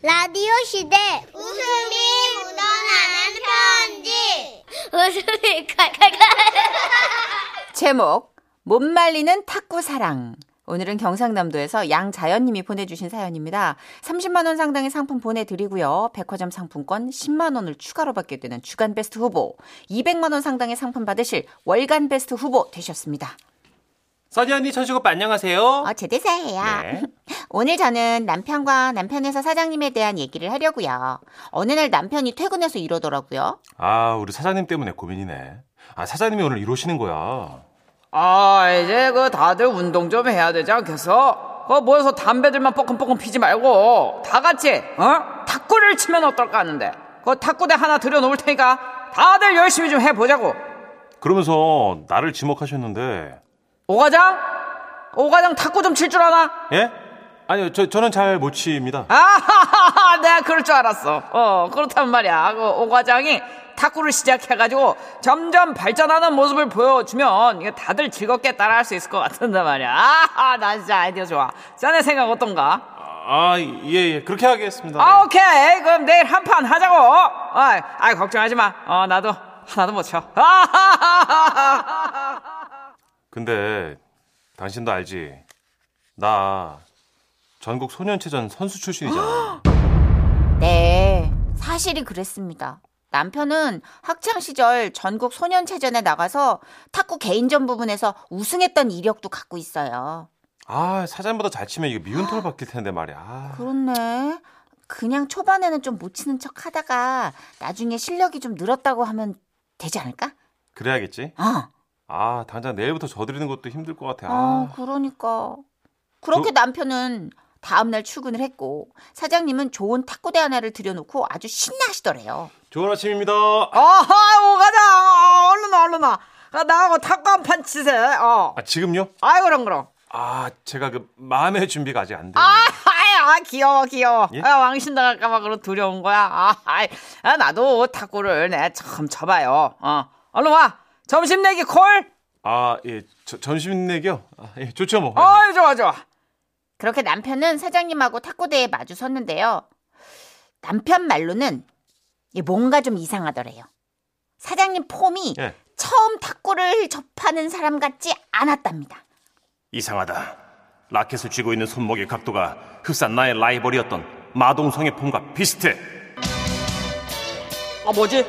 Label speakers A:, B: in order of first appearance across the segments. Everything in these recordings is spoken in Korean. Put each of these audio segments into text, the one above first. A: 라디오 시대
B: 웃음이 묻어나는 편지.
A: 웃음이 칼칼칼
C: 제목 못 말리는 탁구 사랑. 오늘은 경상남도에서 양자연님이 보내주신 사연입니다. 30만 원 상당의 상품 보내드리고요. 백화점 상품권 10만 원을 추가로 받게 되는 주간 베스트 후보, 200만 원 상당의 상품 받으실 월간 베스트 후보 되셨습니다.
D: 써니 언니, 천식 오빠 안녕하세요.
C: 어, 제 대사예요.
D: 네.
C: 오늘 저는 남편과 남편에서 사장님에 대한 얘기를 하려고요. 어느 날 남편이 퇴근해서 이러더라고요.
D: 아, 우리 사장님 때문에 고민이네. 아, 사장님이 오늘 이러시는 거야.
E: 아 이제 그 다들 운동 좀 해야 되지 않겠어? 그 모여서 담배들만 뻐끔뻐끔 피지 말고 다 같이 어 탁구를 치면 어떨까 하는데 그 탁구대 하나 들여놓을 테니까 다들 열심히 좀 해보자고
D: 그러면서 나를 지목하셨는데,
E: 오과장 오과장 탁구 좀 칠 줄 아나?
D: 예? 아니요, 저, 저는 잘 못 칩니다.
E: 아하하하 내가 그럴 줄 알았어 어 그렇단 말이야 그 오과장이 탁구를 시작해가지고 점점 발전하는 모습을 보여주면 이게 다들 즐겁게 따라할 수 있을 것 같은데 말이야 아하 난 진짜 아이디어 좋아 자네 생각 어떤가?
D: 아, 예, 예. 그렇게 하겠습니다.
E: 아, 오케이. 그럼 내일 한 판 하자고. 아, 아, 걱정하지 마. 어, 나도 하나도 못 쳐. 아하하하하.
D: 근데, 당신도 알지. 나, 전국 소년체전 선수 출신이잖아.
C: 네, 사실이 그랬습니다. 남편은 학창 시절 전국 소년체전에 나가서 탁구 개인전 부분에서 우승했던 이력도 갖고 있어요.
D: 아, 사장보다 잘 치면 이거 미운 털 박힐 텐데 말이야. 아.
C: 그렇네. 그냥 초반에는 좀 못 치는 척 하다가 나중에 실력이 좀 늘었다고 하면 되지 않을까? 어.
D: 그래야겠지?
C: 아,
D: 아, 당장 내일부터 져드리는 것도 힘들 것 같아.
C: 아
D: 아.
C: 그러니까. 그렇게
D: 저-
C: 남편은 다음날 출근을 했고 사장님은 좋은 탁구대 하나를 들여놓고 아주 신나하시더래요.
D: 좋은 아침입니다.
E: 어허, 오가자. 어, 얼른 와, 얼른 와. 아, 나하고 탁구 한 판 치세. 어.
D: 아, 지금요?
E: 아이, 그럼, 그럼.
D: 아, 제가 그 마음의 준비가 아직 안 됐네요.
E: 아, 아이, 아, 귀여워, 귀여워.
D: 예?
E: 아, 왕신 당할까봐 그런 두려운 거야. 아, 아이, 아, 나도 탁구를 내 처음 쳐봐요. 어. 얼른 와. 점심 내기 콜.
D: 아, 예. 저- 점심 내기요? 아, 예, 좋죠, 뭐.
E: 어이, 좋아, 네. 좋아.
C: 그렇게 남편은 사장님하고 탁구대에 마주 섰는데요. 남편 말로는 이게 뭔가 좀 이상하더래요. 사장님 폼이
D: 예.
C: 처음 탁구를 접하는 사람 같지 않았답니다.
F: 이상하다. 라켓을 쥐고 있는 손목의 각도가 흡사 나의 라이벌이었던 마동성의 폼과 비슷해.
E: 아 뭐지?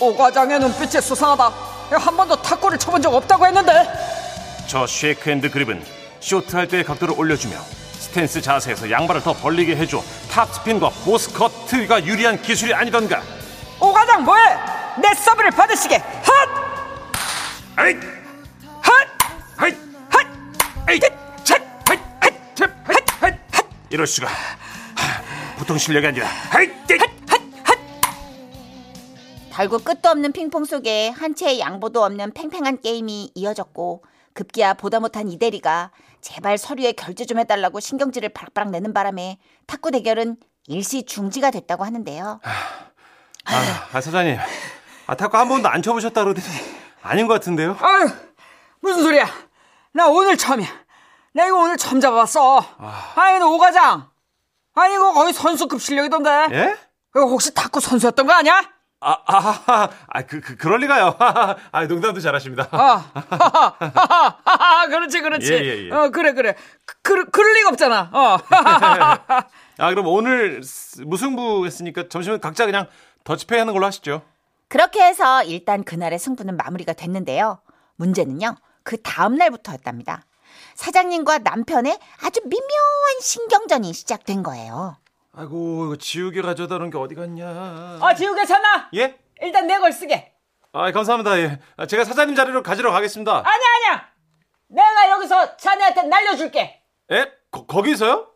E: 오 과장의 눈빛이 수상하다. 한 번도 탁구를 쳐본 적 없다고 했는데.
F: 저 쉐이크핸드 그립은 쇼트할 때의 각도를 올려주며 스탠스 자세에서 양발을 더 벌리게 해줘 탑스핀과 보스커트가 유리한 기술이 아니던가.
E: 오 과장 뭐해? 내 서브를 받으시게. 핫!
F: 아잇!
E: 핫!
F: 아잇!
E: 핫!
F: 아잇! 찻! 아잇! 아잇! 찻! 아잇! 아잇! 핫! 이럴 수가. 하, 보통 실력이 아니라. 아잇! 아잇!
C: 달고 끝도 없는 핑퐁 속에 한 채의 양보도 없는 팽팽한 게임이 이어졌고 급기야 보다 못한 이대리가 제발 서류에 결제 좀 해달라고 신경질을 바락바락 내는 바람에 탁구 대결은 일시 중지가 됐다고 하는데요.
D: 아, 아, 사장님. 아, 탁구 한 번도 안 쳐보셨다 그러더니 아닌 것 같은데요?
E: 아유 무슨 소리야? 나 오늘 처음이야. 나 이거 오늘 처음 잡아봤어. 아니 근데 오 과장. 아니 이거 거의 선수급 실력이던데.
D: 예?
E: 이거 혹시 탁구 선수였던 거 아니야?
D: 아, 아, 아, 그, 그, 그럴 리가요. 아, 농담도 잘하십니다.
E: 아, 어. 그렇지 그렇지.
D: 예, 예, 예.
E: 어 그래 그래. 그, 그, 그럴 리가 없잖아. 어.
D: 아, 그럼 오늘 스- 무승부 했으니까 점심은 각자 그냥 더치페이 하는 걸로 하시죠.
C: 그렇게 해서 일단 그날의 승부는 마무리가 됐는데요. 문제는요, 그 다음날부터였답니다. 사장님과 남편의 아주 미묘한 신경전이 시작된 거예요.
D: 아이고, 이거 지우개 가져다 놓은 게 어디 갔냐.
E: 어 지우 괜찮아?
D: 예?
E: 일단 내 걸 쓰게.
D: 아, 감사합니다. 예. 아, 제가 사장님 자리로 가지러 가겠습니다.
E: 아니야 아니야 내가 여기서 자네한테 날려줄게
D: 예? 거, 거기서요?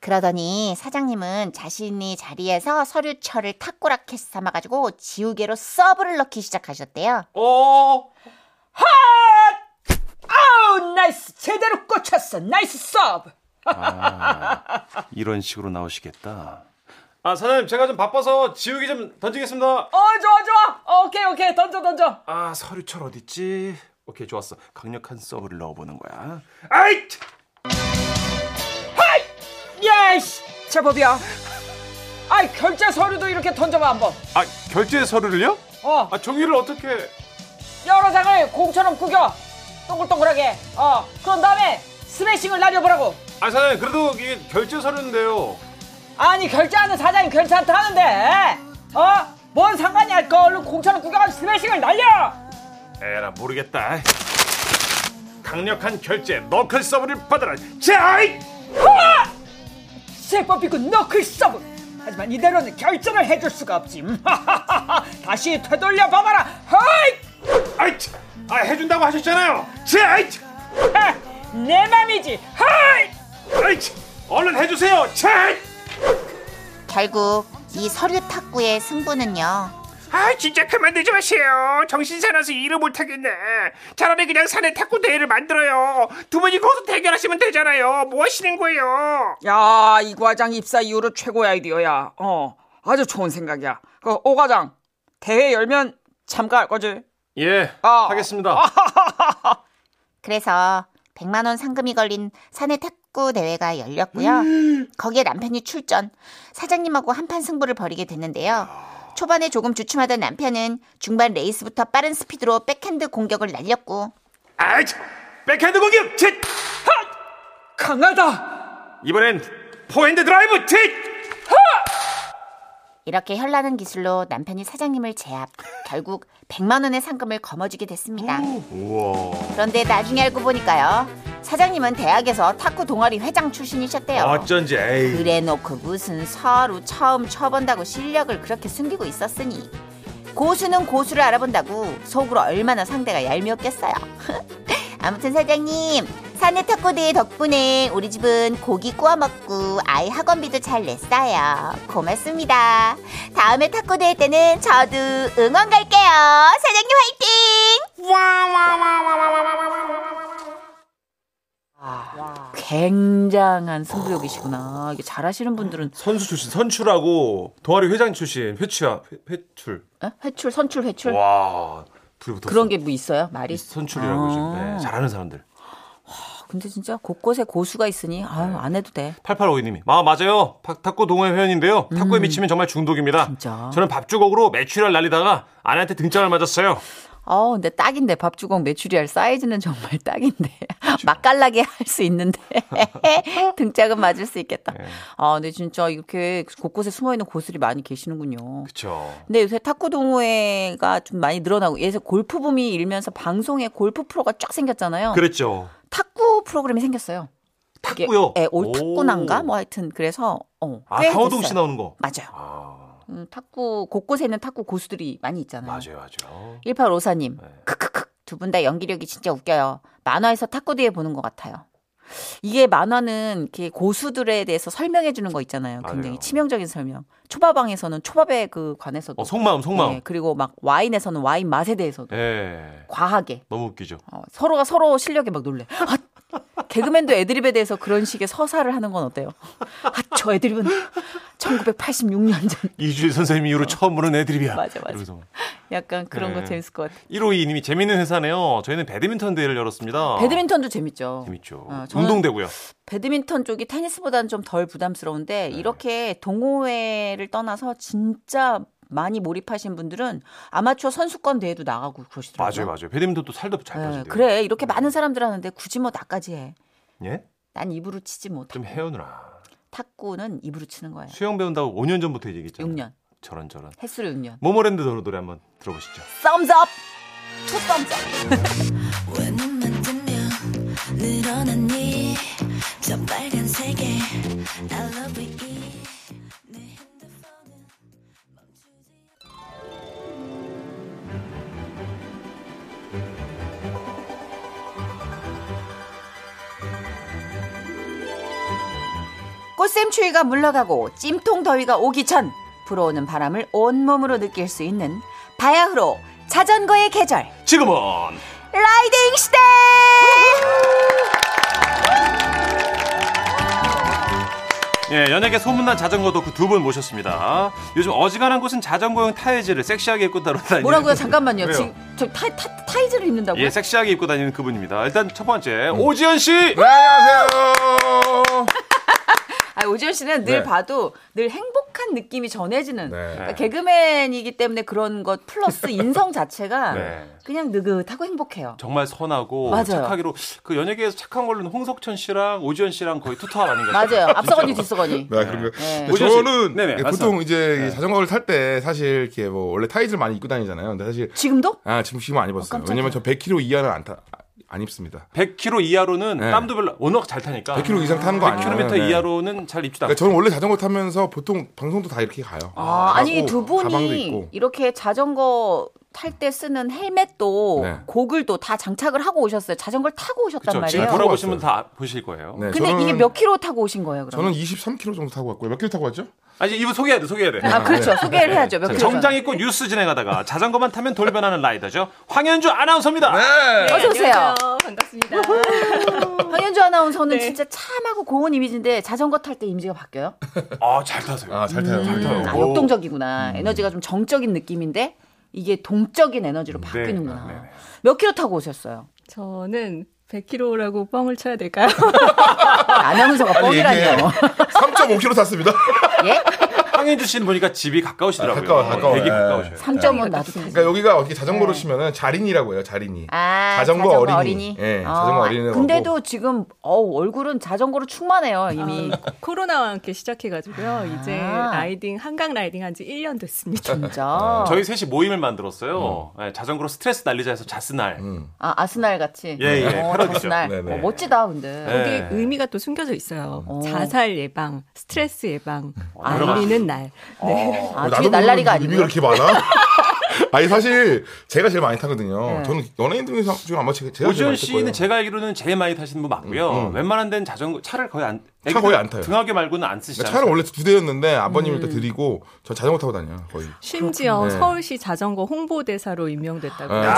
C: 그러더니 사장님은 자신이 자리에서 서류철을 탁구라켓 삼아가지고 지우개로 서브를 넣기 시작하셨대요.
D: 어,
E: 핫 아우 어, 나이스 제대로 꽂혔어 나이스 서브
D: 이런 식으로 나오시겠다. 아 사장님 제가 좀 바빠서 지우개 좀 던지겠습니다.
E: 어 좋아 좋아 어, 오케이 오케이 던져 던져
D: 아 서류철 어딨지? 오케이 좋았어. 강력한 서브를 넣어보는 거야. 아잇!
E: 예이씨 제법이야 아이 결제 서류도 이렇게 던져봐 한번.
D: 아 결제 서류를요?
E: 어
D: 아 종이를 어떻게?
E: 여러 장을 공처럼 구겨 동글동글하게. 어 그런 다음에 스매싱을 날려보라고.
D: 아 사장님 그래도 이게 결제 서류인데요.
E: 아니 결제하는 사장이 괜찮다는데. 어뭔 상관이야? 그 얼른 공처럼 구겨가지고 스매싱을 날려.
D: 에라 모르겠다. 강력한 결제 너클 서브를 받아라. 제아이!
E: 세법 비고 너클 서브. 하지만 이대로는 결정을 해줄 수가 없지. 음, 하하하하. 다시 되돌려 봐봐라. 허이!
D: 아이! 참. 아 해준다고 하셨잖아요. 제아이! 참.
E: 하! 내 맘이지. 허이!
D: 아이! 참. 얼른 해주세요. 제아이!
C: 결국 이 서류 탁구의 승부는요.
G: 아 진짜 그만두지 마세요 정신 사나서 일을 못하겠네 차라리 그냥 사내 탁구 대회를 만들어요 두 분이 거기서 대결하시면 되잖아요 뭐 하시는 거예요
E: 야, 이 과장 입사 이후로 최고의 아이디어야. 어, 아주 좋은 생각이야. 그 오 과장 대회 열면 참가할 거지?
D: 예
E: 아.
D: 하겠습니다.
C: 그래서 100만 원 상금이 걸린 사내 탁구 대회가 열렸고요. 거기에 남편이 출전. 사장님하고 한판 승부를 벌이게 됐는데요. 초반에 조금 주춤하던 남편은 중반 레이스부터 빠른 스피드로 백핸드 공격을 날렸고
D: 아이! 참. 백핸드 공격! 제
E: 강하다.
D: 이번엔 포핸드 드라이브! 제
C: 이렇게 현란한 기술로 남편이 사장님을 제압. 결국 100만 원의 상금을 거머쥐게 됐습니다. 그런데 나중에 알고 보니까요. 사장님은 대학에서 탁구 동아리 회장 출신이셨대요.
D: 어쩐지 에이.
C: 그래놓고 무슨 서로 처음 쳐본다고 실력을 그렇게 숨기고 있었으니 고수는 고수를 알아본다고 속으로 얼마나 상대가 얄미웠겠어요. 아무튼 사장님 사내 탁구 대회 덕분에 우리 집은 고기 구워 먹고 아이 학원비도 잘 냈어요. 고맙습니다. 다음에 탁구 대회 때는 저도 응원 갈게요. 사장님 화이팅!
H: 굉장한 승부욕이시구나. 이게 잘하시는 분들은
D: 선수 출신 선출하고 동아리 회장 출신 회추야 회, 회출.
H: 에? 회출, 선출, 회출
D: 와 둘이 붙었어.
H: 그런 게 아. 뭐 있어요? 말이?
D: 선출이라고 지금 네, 잘하는 사람들.
H: 근데 진짜 곳곳에 고수가 있으니 아유 안 해도 돼.
D: 8852님이 아 맞아요. 파- 탁구 동호회 회원인데요. 탁구에 미치면 정말 중독입니다.
H: 음. 진짜.
D: 저는 밥주걱으로 매출을 날리다가 아내한테 등짝을 맞았어요.
H: 어 근데 딱인데 밥주걱 메추리알 사이즈는 정말 딱인데 맛깔나게 할 수 있는데 등짝은 맞을 수 있겠다. 아 근데 진짜 이렇게 곳곳에 숨어 있는 고수들이 많이 계시는군요.
D: 그렇죠.
H: 근데 요새 탁구 동호회가 좀 많이 늘어나고 예새 골프 붐이 일면서 방송에 골프 프로가 쫙 생겼잖아요.
D: 그랬죠.
H: 탁구 프로그램이 생겼어요. 그게,
D: 탁구요.
H: 예, 올
D: 오.
H: 탁구난가 뭐 하여튼 그래서 어.
D: 아
H: 꽤
D: 강호동 씨
H: 됐어요.
D: 나오는 거.
H: 맞아요.
D: 아
H: 음, 탁구 곳곳에 있는 탁구 고수들이 많이 있잖아요.
D: 맞아요, 맞아요.
H: 1854님.
D: 네.
H: 크크크. 두 분 다 연기력이 진짜 웃겨요. 만화에서 탁구 뒤에 보는 것 같아요. 이게 만화는 이렇게 고수들에 대해서 설명해 주는 거 있잖아요. 굉장히
D: 맞아요.
H: 치명적인 설명. 초밥왕에서는 초밥에 그 관해서도
D: 어 속마음, 속마음.
H: 네, 그리고 막 와인에서는 와인 맛에 대해서도
D: 예.
H: 과하게
D: 너무 웃기죠.
H: 어, 서로가 서로 실력에 막 놀래. 아, 개그맨도 애드립에 대해서 그런 식의 서사를 하는 건 어때요? 아, 저 애드립은 1986년 전
D: 이주일 선생님 이후로 처음 보는 애드립이야.
H: 맞아, 맞아.
D: 이러면서.
H: 약간 그런 거
D: 네.
H: 재밌을 것 같아요.
D: 152님이 재밌는 회사네요. 저희는 배드민턴 대회를 열었습니다.
H: 배드민턴도 재밌죠.
D: 어. 재밌죠.
H: 아, 저는-
D: 운동되고요.
H: 배드민턴 쪽이 테니스보다는 좀 덜
D: 네.
H: 부담스러운데 이렇게 동호회를 떠나서 진짜 많이 몰입하신 분들은 아마추어 선수권 대회도 나가고 그러시더라고요.
D: 맞아요, 네. 맞아요. 배드민턴도 살도 잘
H: 예,
D: 빠진대요.
H: 그래 이렇게 많은 사람들 하는데 굳이 뭐 나까지 해.
D: 예?
H: 난 입으로 치지 못.
D: 좀 해요 누나.
H: 탁구는 입으로 치는 거예요.
D: 수영 배운다고 5년 전부터 얘기했잖아요.
H: 6년
D: 저런 저런.
H: 햇수로 6년.
D: 모모랜드 노래 노래 한번 들어보시죠.
H: 썸즈 업. 투 썸즈 업.
I: 외눈만 뜨면 늘어난 이저 빨간 세계 I love it 내 핸드폰은 멈추지
H: 꽃샘 추위가 물러가고 찜통 더위가 오기 전 불어오는 바람을 온몸으로 느낄 수 있는 바야흐로 자전거의 계절
D: 지금은
H: 라이딩 시대
D: 예, 연예계 소문난 자전거 덕후 두 분 모셨습니다. 요즘 어지간한 곳은 자전거용 타이즈를 섹시하게 입고 따라다니는
H: 뭐라고요 잠깐만요
D: 왜요?
H: 지금 저 타, 타, 타이즈를 입는다고요
D: 예, 섹시하게 입고 다니는
J: 음.
D: 그분입니다. 일단 첫 번째 오지현 씨.
G: 안녕하세요
H: 아, 오지현 씨는 늘
J: 네.
H: 봐도 늘 행복한 느낌이 전해지는
J: 네.
H: 그러니까 개그맨이기 때문에 그런 것 플러스 인성 자체가
D: 네.
H: 그냥 느긋하고 행복해요.
D: 정말 선하고
H: 맞아요.
D: 착하기로 그 연예계에서 착한 걸로는 홍석천 씨랑 오지현 씨랑 거의 투탑 아닌가요?
H: 맞아요. 앞서거니 뒤서거니.
J: 네, 그러니까
H: 네.
J: 근데
D: 오지현 씨.
J: 저는
D: 네네,
J: 이게
D: 말씀.
J: 보통 이제 이 자전거를 탈 때 사실 이렇게 뭐 원래 타이즈를 많이 입고 다니잖아요. 근데 사실
H: 지금도?
J: 아 지금 지금 안 입었어요.
H: 깜짝이야.
J: 왜냐면 저 100km 이하는 안 타, 안 입습니다.
D: 100km 이하로는
J: 네.
D: 땀도 별로 워낙 잘
H: 아,
D: 타니까
J: 100km 이상 타는 거 아니에요?
D: 100km
J: 네.
D: 이하로는 잘 입지도 않고
J: 그러니까 저는 원래 자전거 타면서 보통 방송도 다 이렇게 가요.
H: 아, 아니
J: 가고
H: 두
J: 가방도
H: 분이
J: 있고.
H: 이렇게 자전거 탈 때 쓰는 헬멧도
J: 네.
H: 고글 도다 장착을 하고 오셨어요. 자전거를 타고 오셨단
D: 그렇죠. 지금
H: 말이에요.
J: 돌아-
D: 돌아보시면
J: 왔어요.
D: 다 보실 거예요.
J: 네,
H: 근데
J: 저는-
H: 이게 몇 킬로 타고 오신 거예요, 그럼?
J: 저는 23km 정도 타고 왔고요. 몇 킬로 타고 왔죠?
D: 아니 이분 소개해야 돼, 소개해야 돼.
H: 아, 그렇죠.
J: 네.
H: 소개를 해야죠. 몇 킬로.
D: 정장 입고 뉴스 진행하다가 자전거만 타면 돌변하는 라이더죠. 황현주 아나운서입니다.
J: 네.
H: 어서 오세요.
K: 반갑습니다.
H: 황현주 아나운서는 진짜 참하고 고운 이미지인데 자전거 탈 때 이미지가 바뀌어요?
D: 아, 잘 타세요.
J: 아, 잘 타요. 잘 타요.
H: 아, 역동적이구나.
J: 음.
H: 에너지가 좀 정적인 느낌인데 이게 동적인 에너지로
J: 네. 아,
H: 바뀌는구나. 몇 킬로 타고 오셨어요?
K: 저는 100kg라고 뻥을 쳐야 될까요?
H: 아나운서가 뭐.
J: 빨리 얘기해요.
H: 뻥이라니요.
J: 3.5km 탔습니다.
H: 예?
D: 황현주 씨는 보니까 집이 가까우시더라고요.
J: 아, 가까워, 가까워.
D: 되게
J: 예.
D: 가까우셔요.
H: 3.5 나도 타지.
J: 그러니까 여기가 어떻게 자전거로 치면은 자린이라고 해요. 자린이.
H: 네. 아,
J: 자전거 어린이. 예, 자전거
H: 어,
J: 어린이라고
H: 근데도
J: 하고.
H: 지금 어우, 얼굴은 자전거로 충만해요 이미.
K: 아, 코로나와 함께 시작해가지고요. 이제
H: 아.
K: 라이딩, 한강 라이딩 한 지 1년 됐습니다.
J: 네.
H: 진짜.
D: 저희 셋이 모임을 만들었어요.
J: 음.
D: 예, 자전거로 스트레스 날리자 해서 자스날.
H: 아 아스날 같이.
D: 예, 예,
H: 어,
D: 패러디죠.
H: 아스날.
J: 네네.
H: 어, 멋지다 근데.
D: 예.
K: 이게 의미가 또 숨겨져 있어요.
H: 어.
K: 자살 예방, 스트레스 예방,
J: 어,
D: 여러 가지.
K: 알리는 날. 네.
H: 아,
J: 나도
H: 뒤에 날라리가 아니고.
J: 모르는 의미가 그렇게 많아? 아니 사실 제가 제일 많이 타거든요.
H: 네.
J: 저는 연예인 중에서 중에 아마 제가 제일
D: 오지현
J: 많이 탈 거예요.
D: 씨는 제가 알기로는 제일 많이 타시는 분 맞고요. 웬만한 데는 자전거 차를 거의 안
J: 음, 차 거의 안 타요.
D: 등하교 말고는 안
J: 그러니까
D: 쓰시잖아요.
J: 차는 원래 두 대였는데 아버님
H: 음.
J: 일단 드리고 저 자전거 타고 다녀요 거의.
K: 심지어
J: 그렇군요. 네.
K: 서울시 자전거 홍보대사로 임명됐다고.
J: 아.
K: 요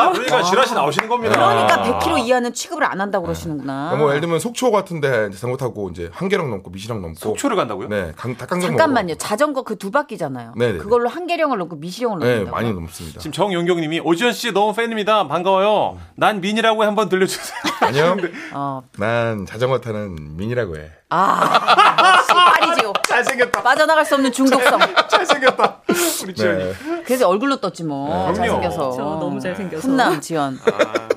D: 아, 그러니까 지라시 나오시는 겁니다.
H: 그러니까 100km 이하는 취급을 안 한다고 그러시는구나.
J: 그러니까 뭐 예를 들면 속초 같은데 자전거 타고 이제 한계령 넘고 미시령 넘고.
D: 속초를 간다고요?
J: 네, 강, 닭강정
H: 잠깐만요.
J: 먹으러.
H: 자전거 그 두 바퀴잖아요.
J: 네네네.
H: 그걸로 한계령을 넘고 미시령을
J: 네,
H: 넘는다고.
J: 많이 넘습니다.
D: 지금 정용경님이 오지현 씨 너무 팬입니다. 반가워요. 난 민이라고 해 한번 들려주세요.
J: 아니요,
H: 어.
J: 난 자전거 타는 민이라고 해.
H: 아, 시파리지요.
D: 잘생겼다.
H: 빠져나갈 수 없는 중독성.
D: 잘생겼다. 우리 지현이.
J: 네.
H: 그래서 얼굴로 떴지 뭐.
D: 그럼요.
H: 잘생겨서.
K: 저 너무 잘생겨서.
H: 훈남 지연.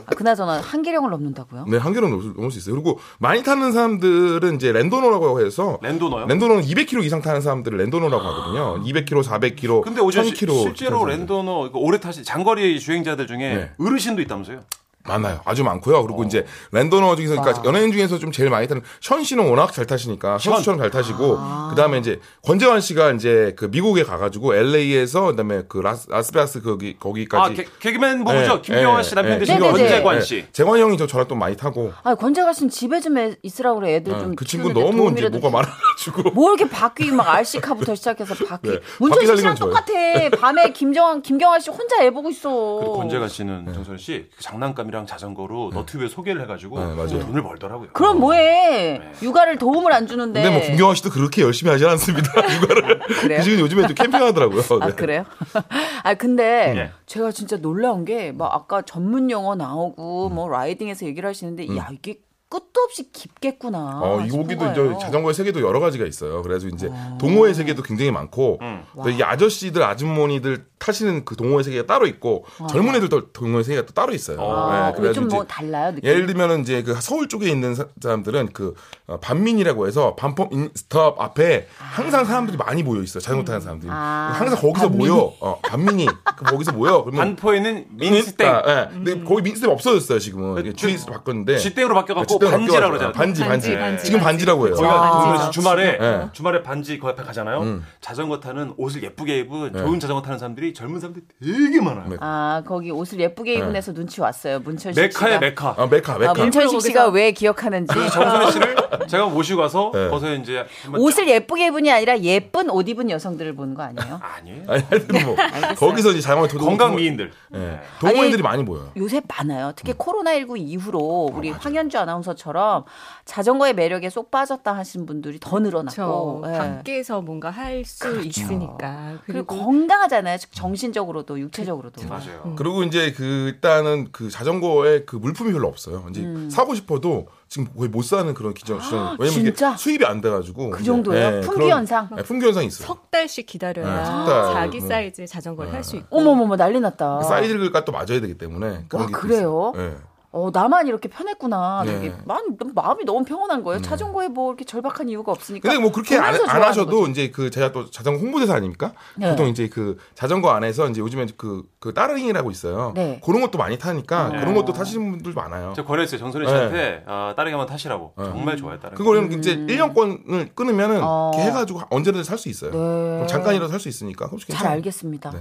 H: 아, 그나저나 한계령을 넘는다고요?
J: 네, 한계령 넘을, 수- 넘을 수 있어요. 그리고 많이 타는 사람들은 이제 랜도노라고 해서
D: 랜도너요?
J: 랜도노는 200km 이상 타는 사람들을 랜도노라고 하거든요. 200km, 400km,
D: 아. 근데 오지현 씨
J: 1000km
D: 실제로 랜도너 이거 오래 타신 장거리 주행자들 중에
J: 네.
D: 어르신도 있다면서요?
J: 많아요. 아주 많고요.
D: 어.
J: 그리고 이제 랜더너 중에서 그러니까 연예인 중에서 좀 제일 많이 타는 션 씨는 워낙 잘 타시니까 선수처럼 잘 타시고
H: 아.
J: 그다음에 이제 권재환 씨가 이제 그 미국에 가가지고 LA에서 그다음에 그 라스, 라스베가스 거기
D: 아,
J: 거기까지 네. 예,
D: 개, 개그맨 부부죠. 김경환 씨 남편 되신
H: 네네네.
D: 권재관 씨.
J: 재관 형이 저 저랑 또 많이 타고
H: 아, 권재가 씨는 집에 좀 애- 있으라고 그래. 애들
J: 예,
H: 좀.
J: 그 친구
H: 키우는데
J: 너무 이제
H: 도움이라도
J: 뭐가
H: 좀-
J: 많아가지고
H: 뭐 이렇게 바퀴 막 RC카부터 시작해서 바퀴.
J: 네, 바퀴
H: 문천식 씨랑
J: 달리는 건
H: 똑같아. 밤에 김정환, 김경환 씨 혼자 애 보고 있어.
D: 그리고 권재관 씨는 정선 씨그 장난감이랑 자전거로 너튜브에 소개를 해가지고
J: 네, 맞아요.
D: 돈을 벌더라고요.
H: 그럼 뭐해?
D: 네.
H: 육아를 도움을 안 주는데.
J: 근데 뭐 김경환 씨도 그렇게 열심히 하지 않습니다 육아를
H: 네. 그래요?
J: 그 지금 요즘에 또 캠핑하더라고요.
H: 아
J: 네.
H: 그래요? 아 근데
D: 네.
H: 제가 진짜 놀라운 게 막 아까 전문 용어 나오고
J: 음.
H: 뭐 라이딩에서 얘기를 하시는데 야 이게 끝도 없이 깊겠구나.
J: 어, 음. 이
H: 싶은
J: 오기도
H: 거예요.
J: 이제 자전거의 세계도 여러 가지가 있어요. 그래서 이제 동호회 세계도 굉장히 많고,
D: 음.
J: 또 이게 아저씨들, 아주머니들 타시는 그 동호회 세계가 따로 있고, 젊은 애들도 동호회 세계가 또 따로 있어요.
H: 아,
J: 네,
H: 그게
J: 그래가지고
H: 좀
J: 이제
H: 뭐 아. 달라요 느낌.
J: 예를 들면은 이제 그 서울 쪽에 있는 사- 사람들은 그 어, 반민이라고 해서 반포 인스톱 앞에 항상 사람들이 많이 모여 있어요. 자전거 타는 사람들이.
H: 아,
J: 항상 거기서
H: 반민이?
J: 모여. 어, 반민이. 그 거기서 모여. 그러면
D: 반포에는 민스땡.
J: 아, 예. 근데 거기 민스텝 없어졌어요, 지금은. 이게
D: 그-
J: 주인스 바꿨는데.
D: 쥐땡으로 바뀌어갖고
J: 지땡
D: 반지라고
J: 바뀌어가지고.
D: 아, 그러잖아요.
J: 네. 아, 반지, 반지.
K: 반지, 반지,
J: 지금
K: 반지.
J: 반지라고 해요.
D: 저희가
H: 아,
D: 오늘 주말에
J: 네. 음.
D: 주말에 반지 그 앞에 가잖아요. 자전거 타는 옷을 예쁘게 입은 좋은 자전거 타는 사람들이 젊은 사람들이 되게 많아요.
J: 네.
H: 아 거기 옷을 예쁘게 입은 데서 눈치 왔어요 문천식
D: 메카에
H: 씨가.
D: 메카.
J: 아, 메카, 메카.
H: 아, 문천식
K: 거기서-
H: 씨가 왜 기억하는지.
D: 정선혜 씨를 제가 모시고 가서
J: 네.
D: 거기서 이제 한번
H: 아, 옷을 예쁘게 입은이 아니라 예쁜 옷 입은 여성들을 보는 거 아니에요?
D: 아니에요.
J: 아니, 하여튼 뭐, 거기서 뭐 이제 자영업 도동,
D: 건강 미인들.
J: 예, 동호인들이 많이 모여요.
H: 요새 많아요. 특히 코로나 19 이후로 우리 황현주 아나운서 아나운서처럼 자전거의 매력에 쏙 빠졌다 하신 분들이 더 늘어났고
K: 그렇죠.
H: 예. 그렇죠.
K: 밖에서 뭔가 할 수 있으니까.
H: 그리고
K: 그리고
H: 건강하잖아요. 즉 정신적으로도 육체적으로도.
D: 맞아요.
J: 그리고 이제 그 일단은 그 자전거에 그 물품이 별로 없어요. 이제
H: 음.
J: 사고 싶어도 지금 거의 못 사는 그런 기정 시장. 왜냐면 이게
H: 아, 진짜?
J: 수입이 안 돼가지고
H: 그
J: 이제,
H: 정도예요?
J: 예,
H: 품귀
J: 그런-
H: 현상?
J: 예, 품귀 현상이 있어요.
K: 석 달씩 기다려야
J: 네, 석 달.
K: 자기
J: 음.
K: 사이즈의 자전거를 할 수 있고.
H: 네. 어머머머 난리 났다.
J: 그 사이즈가 또 맞아야 되기 때문에 그런
H: 와,
J: 게 있어요.
H: 그래요?
J: 예.
H: 어, 나만 이렇게 편했구나.
J: 네.
H: 되게 만- 마음이 너무 평온한 거예요. 자전거에 뭐 이렇게 절박한 이유가 없으니까.
J: 근데 뭐 그렇게 안,
H: 그러니까 보면서
J: 안
H: 좋아하는
J: 하셔도
H: 거죠.
J: 이제 그 제가 또 자전거 홍보대사 아닙니까?
H: 네.
J: 보통 이제 그 자전거 안에서 이제 요즘에 그, 그 따릉이라고 있어요.
H: 네.
J: 그런 것도 많이 타니까 그런 것도 타시는 분들 많아요.
D: 저 권했어요. 정선희
J: 네.
D: 씨한테 어, 따릉이 한번 타시라고. 정말 좋아요, 따릉이.
J: 그거는 이제 1년권을 끊으면은
H: 음. 어. 네.
J: 이렇게 해가지고 언제든 살 수 있어요. 그럼 잠깐이라도 살 수 있으니까. 그럼
H: 잘
J: 괜찮아요.
H: 알겠습니다. 어.
J: 네.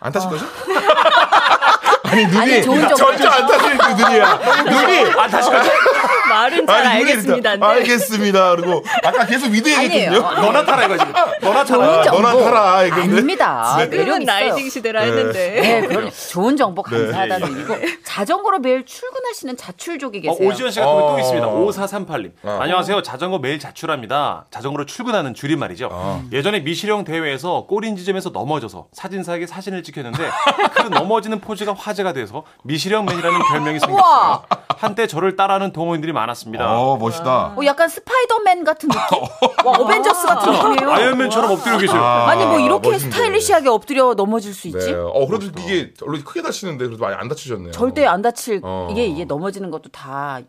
J: 안 타실 거죠? 아니 눈이
H: 아니, 좋은 정보.
J: 절대 안 타실 그 눈이야. 눈이
D: 아, 다시 가자.
K: 말은 잘
J: 아니, 눈이 이렇게
K: 알겠습니다. 근데
J: 알겠습니다. 그리고 아까 계속 위드 얘기했거든요.
D: 너나 타라 이거 지금. 너나 타라.
H: 좋은 정보.
J: 아, 너나 타라. 네. 이건데.
H: 아닙니다. 매력
K: 지금은
H: 있어요.
K: 나이징 시대라 했는데.
H: 네, 그럼
J: 그렇죠.
H: 좋은 정보
J: 네.
D: 예,
H: 감사하다는 이거 자전거로 매일 출근하시는 자출족이
D: 어,
H: 계세요.
D: 오지연 씨 같은 분또
J: 어.
D: 있습니다. 5438님. 안녕하세요. 자전거 매일 자출합니다. 자전거로 출근하는 줄임말이죠.
J: 어.
D: 예전에 미실형 대회에서 꼬린 지점에서 넘어져서 사진사에게 사진을 찍혔는데 그 넘어지는 포즈가 화제가 돼서 미실형맨이라는 별명이 생겼어요. 한때 저를 따라하는 동호인들이 많았습니다.
J: 어 멋있다.
H: 어, 약간 스파이더맨 같은 느낌? 와, 어벤져스 같은 느낌이에요.
D: 아, 아이언맨처럼 엎드려 계세요.
H: 아니, 뭐 이렇게
J: 멋있네.
H: 스타일리시하게 엎드려 넘어질 수 있지? 그렇죠.
J: 네. 어 그래도 이게 원래 크게 다치는데 그래도 많이 안 다치셨네요.
H: 절대 안 다칠
J: 어.
H: 이게 이게 넘어지는 것도 다,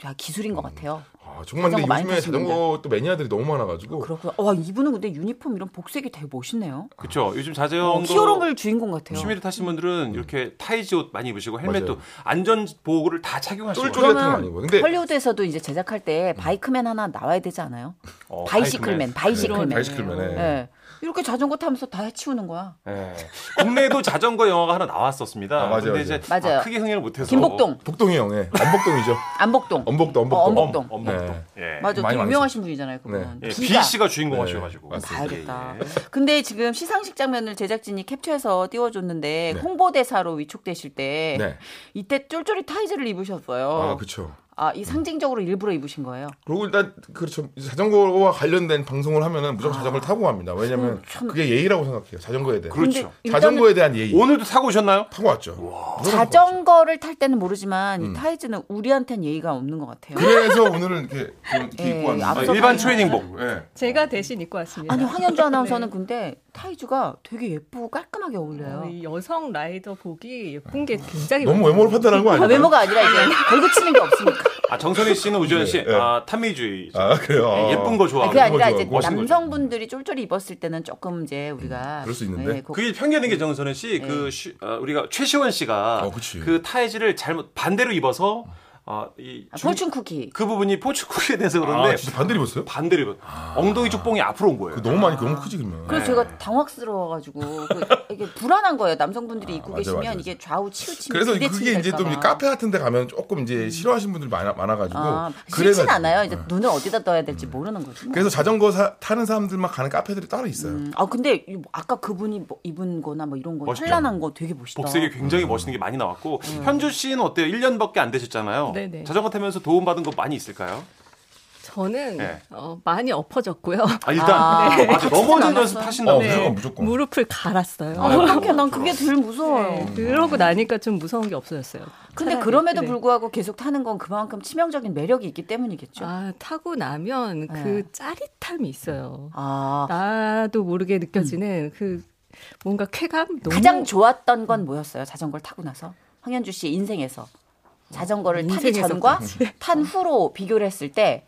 H: 다 기술인 것 같아요.
J: 아, 정말 근데
H: 자전거 많이
J: 요즘에
H: 타시는데. 그렇죠.
J: 자전거 또 매니아들이 너무 많아가지고.
H: 그렇구나. 어, 와 이분은 근데 유니폼 이런 복색이 되게 멋있네요. 뭐
D: 그렇죠. 요즘 자전거 음.
H: 히어로물 주인공 같아요.
D: 취미로 타신 분들은 이렇게 타이즈 옷 많이 입으시고 헬멧도
J: 음. 맞아요.
D: 안전 보호구를 다 착용하시고
J: 쫄쫄이 같은 건 아니고. 근데
H: 헐리우드에서도 이제 제작할
J: 음.
H: 때 바이크맨 하나 나와야 되지 않아요?
D: 어,
H: 바이시클맨, 바이시클맨.
J: 네, 바이시클맨에.
H: 예. 이렇게 자전거 타면서 다 해치우는 거야.
D: 예. 국내에도 자전거 영화가 하나 나왔었습니다.
J: 아, 맞아요,
D: 근데 이제
H: 맞아요.
D: 크게 흥행을 못해서
H: 김복동,
J: 복동이 형의 예. 언복동이죠.
H: 안복동.
J: 언복도 언복도.
H: 어, 언복동.
D: 엄마
J: 네.
D: 예.
H: 맞아, 되게
J: 많이
H: 유명하신 분이잖아요. 그분.
D: 예,
H: 비가.
D: B 씨가 주인공
J: 네,
D: 하셔가지고
J: 맞습니다.
H: 봐야겠다.
D: 예, 예.
H: 근데 지금 시상식 장면을 제작진이 캡처해서 띄워줬는데
J: 네.
H: 홍보대사로 위촉되실 때
J: 네.
H: 이때 쫄쫄이 타이즈를 입으셨어요.
J: 아 그렇죠.
H: 아, 이 상징적으로 일부러 입으신 거예요?
J: 그리고 일단 그렇죠 자전거와 관련된 방송을 하면은
H: 아.
J: 무조건 자전거를 타고 갑니다. 왜냐면 그게 예의라고 생각해요. 자전거에 대한.
D: 그렇죠.
J: 자전거에 대한 예의.
D: 오늘도 타고 오셨나요?
J: 타고 왔죠. 무조건 타고 왔죠.
H: 자전거를 탈 때는 모르지만 이 타이즈는 우리한텐 예의가 없는 것 같아요.
J: 그래서 오늘은 이렇게, 이렇게
H: 예,
J: 입고 왔는데. 아,
H: 앞서
D: 아,
H: 가는
D: 일반
H: 네.
D: 트레이닝복.
J: 예.
K: 제가 대신 입고 왔습니다.
H: 아니 황현주 아나운서는 근데 타이즈가 되게 예쁘고 깔끔하게 어울려요.
K: 이 여성 라이더 복이 예쁜 게 굉장히
J: 너무
K: 많아요.
J: 외모로 판단하는 거
H: 아,
J: 아니에요?
H: 외모가 아니라 이제 걸고 치는 게 없으니까.
D: 아 정선희 씨는 우지현 씨,
J: 네, 네.
D: 아 탐미주의.
J: 아 그래요.
D: 예, 예쁜 거
H: 그게
D: 좋아하고.
H: 아니라
J: 좋아,
H: 이제
D: 멋있는 거죠.
H: 남성분들이 쫄쫄이 입었을 때는 조금 이제 우리가
J: 음, 그럴 수 있는데.
H: 그-
D: 그게 편견인 게 정선희 씨,
H: 네.
D: 그 쉬- 어, 우리가 최시원 씨가
J: 어, 그치.
D: 그 타이즈를 잘못 반대로 입어서 어, 이
H: 아,
D: 중-
H: 포춘 쿠키.
D: 그 부분이 포축국에 대해서 그런데
J: 아, 진짜 반대로 입었어요?
D: 반대로 입어. 엉덩이 쪽봉이 앞으로 온 거예요.
J: 그 너무 많이 너무 크지 그러면.
H: 그래서 제가 당황스러워가지고 그 이게 불안한 거예요. 남성분들이 입고
J: 맞아,
H: 계시면
J: 맞아, 맞아.
H: 이게 좌우 치우침이
J: 그래서
H: 기대치가
J: 그게 이제 좀
H: 될까
J: 이제
H: 봐. 음.
J: 카페 같은 데 가면 조금 이제 싫어하시는 분들이 많아, 많아가지고.
H: 아, 싫진
J: 그래가지고,
H: 않아요. 이제
J: 예.
H: 눈을 어디다 떠야 될지 모르는 거지. 뭐.
J: 그래서 자전거 사- 타는 사람들만 가는 카페들이 따로 있어요.
H: 음, 아 근데 이- 아까 그분이 뭐 입은 거나 뭐 이런 거
D: 멋있죠?
H: 찬란한 거 되게 멋있다.
D: 복색이
J: 음.
D: 굉장히 멋있는 게 많이 나왔고 현주 씨는 어때요? 1년밖에 안 되셨잖아요.
K: 네네.
D: 자전거 타면서 도움 받은 거 많이 있을까요?
K: 저는
D: 네.
K: 어, 많이 엎어졌고요.
D: 아 일단
H: 아, 네.
D: 맞아, 넘어진 연습하신다고.
J: 어, 무조건 무조건.
K: 무릎을 갈았어요.
H: 아, 어떡해. 난 그게 제일 무서워요.
K: 네, 그러고 나니까 좀 무서운 게 없어졌어요.
H: 근데
K: 차라리.
H: 그럼에도
K: 네.
H: 불구하고 계속 타는 건 그만큼 치명적인 매력이 있기 때문이겠죠. 아,
K: 아, 타고 나면
H: 네.
K: 그 짜릿함이 있어요.
H: 아,
K: 나도 모르게 느껴지는 그 뭔가 쾌감 너무
H: 가장 좋았던 건 뭐였어요? 자전거를 타고 나서 황현주 씨 인생에서 자전거를 타기
K: 인생에서
H: 전과 탄 후로 비교를 했을 때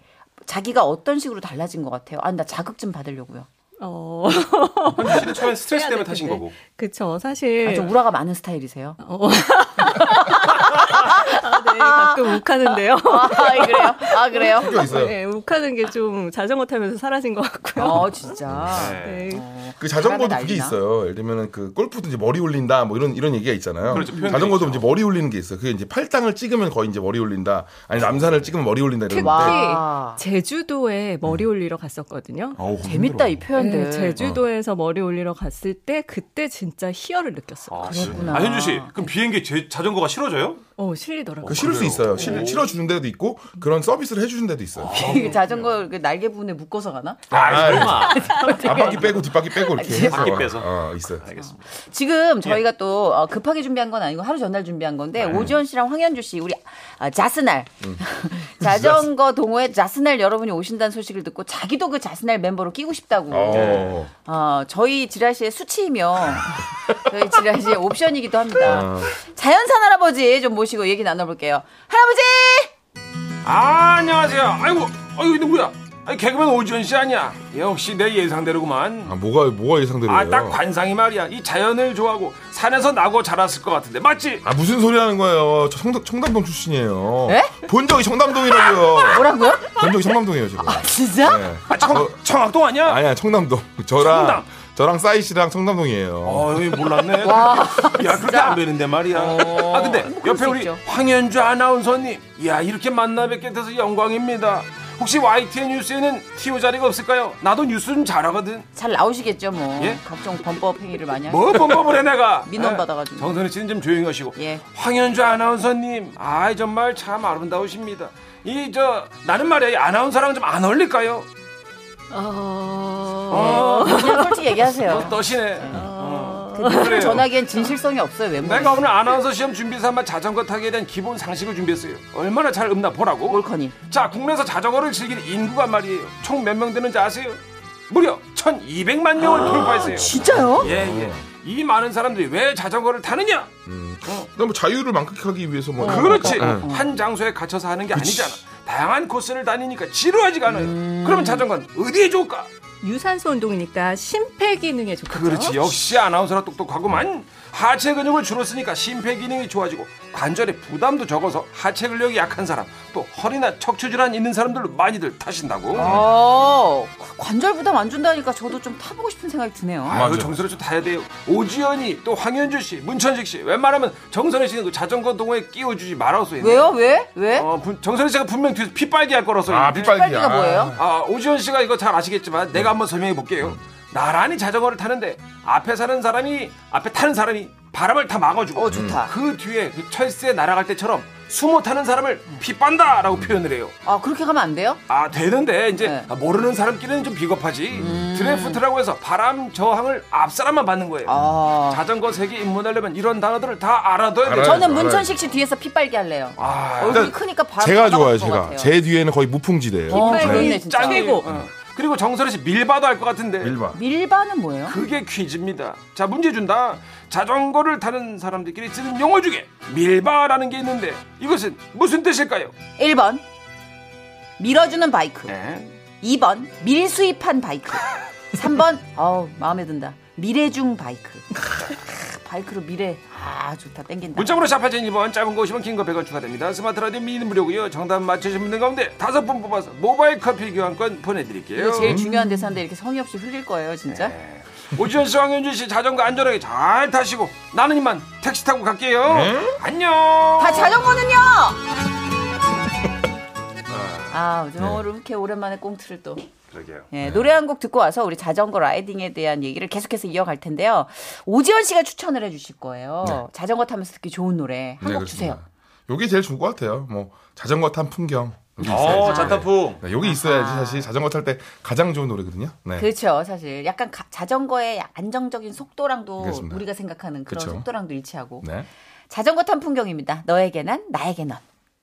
H: 자기가 어떤 식으로 달라진 것 같아요. 아, 나 자극 좀 받으려고요.
K: 어
D: 현주 씨는 처음에 스트레스
K: 해야
D: 때문에
K: 될
D: 타신
K: 텐데.
D: 거고.
K: 그쵸 사실
H: 아, 좀 우라가 많은 스타일이세요.
K: 어. 아, 네, 가끔 욱하는데요.
H: 아 그래요? 아 그래요?
J: 가 있어요.
K: 네, 욱하는 게 좀 자전거 타면서 사라진 것 같고요.
H: 어 진짜.
D: 아,
H: 어,
K: 네.
J: 그 자전거도
H: 바람에
J: 그게
H: 날리나?
J: 있어요. 예를 들면은 그 골프도 이제 머리 올린다 뭐 이런 이런 얘기가 있잖아요.
D: 그렇죠. 표현들이
J: 자전거도
D: 있죠.
J: 이제 머리 올리는 게 있어요. 그게 이제 팔당을 찍으면 거의 이제 머리 올린다. 아니 남산을
H: 네.
J: 찍으면 머리 올린다
K: 특히
J: 이러는데.
H: 와.
K: 제주도에 머리 올리러 갔었거든요.
H: 네.
J: 어우,
H: 재밌다 이
J: 힘들어.
H: 표현들.
K: 네, 제주도에서 머리 올리러 갔을 때 그때 진짜 희열을 느꼈어요.
D: 아,
H: 그랬구나.
D: 아 현주 씨, 그럼 비행기 제, 자전거가 싫어져요?
K: 어, 실리더라고요.
J: 그 실을 수 있어요. 실, 실어주는 데도 있고 그런 서비스를 해주는 데도 있어요.
H: 이게 그 자전거 이렇게 날개 부분에 묶어서 가나?
J: 아,
L: 설마.
J: 앞바퀴 빼고 뒷바퀴 빼고 이렇게 해서
L: 바퀴 빼서.
J: 어, 있어요.
L: 알겠습니다.
H: 지금 저희가 또 어, 급하게 준비한 건 아니고 하루 전날 준비한 건데 오지원 씨랑 황현주 씨 우리 아, 자스날 자전거 동호회 자스날 여러분이 오신다는 소식을 듣고 자기도 그 자스날 멤버로 끼고 싶다고
J: 어.
H: 어, 저희 지라시의 수치이며 저희 지라시의 옵션이기도 합니다. 자연산 할아버지 좀 모시고 얘기 나눠볼게요. 할아버지!
L: 아, 안녕하세요. 아이고, 아이고, 이 누구야? 아니, 개그맨 오지원 씨 아니야?
D: 예,
L: 역시 내 예상대로구만.
J: 아, 뭐가 뭐가 예상대로예요?
L: 아, 딱 관상이 말이야. 이 자연을 좋아하고 산에서 나고 자랐을 것 같은데 맞지?
J: 아, 무슨 소리 하는 거예요? 저 청담, 청담동 출신이에요.
H: 에?
J: 본 적이 청담동이라고요.
H: 뭐라고요?
J: 본 적이 청담동이에요, 제가.
H: 진짜?
J: 네.
L: 아, 청, 청학동 아니야?
J: 아니야, 청담동. 저랑
L: 청담.
J: 저랑 싸이 씨랑 청담동이에요.
D: 아.
L: 어, 여기 몰랐네. 야, 그렇게 안 되는데 말이야. 아, 근데 옆에
H: 수
L: 우리
H: 있죠.
L: 황현주 아나운서님. 야, 이렇게 만나 뵙게 돼서 영광입니다. 혹시 YTN 뉴스에는 티오 자리가 없을까요? 나도 뉴스 좀 잘하거든.
H: 잘 나오시겠죠 뭐.
L: 예?
H: 각종 범법 행위를 많이 하시고.
L: 뭐 범법을 해 내가.
H: 민원
L: 예.
H: 받아가지고.
L: 정선희 씨는 좀 조용히 하시고.
H: 예.
L: 황현주 아나운서님. 아이 정말 참 아름다우십니다. 이 저 나는 말이야 이 아나운서랑 좀 안 어울릴까요?
K: 어...
L: 어.
H: 그냥 솔직히 얘기하세요.
L: 떠시네. 어.
H: 근데
L: 뭐 그래요.
H: 어. 전화기엔 진실성이 없어요 외모.
L: 내가 오늘 아나운서 시험 준비 삼아 자전거 타기에 대한 기본 상식을 준비했어요. 얼마나 잘 읊나 보라고.
H: 몰커니.
L: 자, 국내에서 자전거를 즐기는 인구가 말이에요. 총 몇 명 되는지 아세요? 무려 1,200만 명을 돌파했어요.
H: 아, 진짜요?
L: 예, 예. 이 많은 사람들이 왜 자전거를 타느냐?
J: 그다음 뭐 자유를 만끽하기 위해서 뭐
L: 그렇지.
J: 어, 어.
L: 한 장소에 갇혀서 하는 게 아니잖아. 다양한 코스를 다니니까 지루하지가 않아요. 그러면 자전거는 어디에 좋을까?
K: 유산소 운동이니까 심폐 기능에 좋겠죠.
L: 그렇지 어? 역시 아나운서라 똑똑하고만 하체 근육을 주로 쓰니까 심폐 기능이 좋아지고 관절의 부담도 적어서 하체 근력이 약한 사람 또 허리나 척추 질환 있는 사람들로 많이들 타신다고 아,
H: 어 관절 부담 안 준다니까 저도 좀 타보고 싶은 생각이 드네요.
L: 그 정선을 좀 타야 돼요 오지연이 또 황현주 씨 문천식 씨 웬만하면 정선혜 씨는 그 자전거 동호회 끼워주지 말아서
H: 왜요? 왜? 왜?
L: 어, 분- 정선혜 씨가 분명 뒤에서 피 빨게 할 거라서
J: 아, 빗발기야.
H: 빨기가 뭐예요?
L: 아, 오지현 씨가 이거 잘 아시겠지만 내가 한번 설명해 볼게요. 나란히 자전거를 타는데 앞에 사는 사람이 앞에 타는 사람이 바람을 다 막아주고
H: 어, 좋다.
L: 그 뒤에 그 철새 날아갈 때처럼 숨어 타는 사람을 빗반다라고 표현을 해요.
H: 아 그렇게 가면 안 돼요?
L: 아 되는데 이제
H: 네. 음.
L: 아, 모르는 사람끼리는 좀 비겁하지. 드래프트라고 해서 바람 저항을 앞 사람만 받는 거예요.
H: 아.
L: 자전거 세계 입문하려면 이런 단어들을 다 알아둬야 돼요.
J: 알아요.
H: 저는
J: 알아요.
H: 문천식 씨 뒤에서 피빨기 할래요.
L: 아,
H: 얼굴이 크니까 바로
J: 그러니까 제가
H: 따라갈
J: 좋아요,
H: 것
J: 제가.
H: 같아요.
J: 제 뒤에는 거의 무풍지대예요.
H: 어,
K: 깃발이
H: 그렇네 진짜.
L: 짱이고. 어. 그리고 정선혜 씨 밀바도 할 것 같은데.
J: 일반.
H: 밀반은 뭐예요?
L: 그게 퀴즈입니다. 자, 문제 준다. 자전거를 타는 사람들끼리 쓰는 용어 중에 밀바라는 게 있는데 이것은 무슨 뜻일까요?
H: 1번 밀어주는 바이크.
L: 네.
H: 2번 밀수입한 바이크. 3번 어우 마음에 든다. 미래중 바이크. 아, 바이크로 미래. 아 좋다 땡긴다.
L: 문자번호 샵하진 2번 짧은 거 50원 긴거 100원 추가됩니다. 스마트 라디오 미니는 무료고요. 정답 맞추신 분들 가운데 다섯 분 뽑아서 모바일 커피 교환권 보내드릴게요.
H: 이거 제일 중요한 대사인데 이렇게 성의 없이 흘릴 거예요 진짜.
J: 네.
L: 오지현 씨, 황현준 씨 자전거 안전하게 잘 타시고 나는 이만 택시 타고 갈게요.
H: 네.
L: 안녕.
H: 다 자전거는요. 아
J: 네.
H: 저를 이렇게 오랜만에 꽁트를 또.
L: 그러게요.
H: 예, 노래 한 곡 듣고 와서 우리 자전거 라이딩에 대한 얘기를 계속해서 이어갈 텐데요. 오지현 씨가 추천을 해주실 거예요.
J: 네.
H: 자전거 타면서 듣기 좋은 노래 한 곡 주세요.
J: 요게 제일 좋을 것 같아요. 뭐 자전거 탄 풍경. 여기
L: 어,
J: 있어야지.
L: 잔타풍.
J: 네, 여기 있어야지 사실 자전거 탈 때 가장 좋은 노래거든요. 네.
H: 그렇죠. 사실 약간 가- 자전거의 안정적인 속도랑도
J: 그렇습니다.
H: 우리가 생각하는 그런
J: 그렇죠.
H: 속도랑도 일치하고
J: 네.
H: 자전거 탄 풍경입니다. 너에게 난 나에게 넌.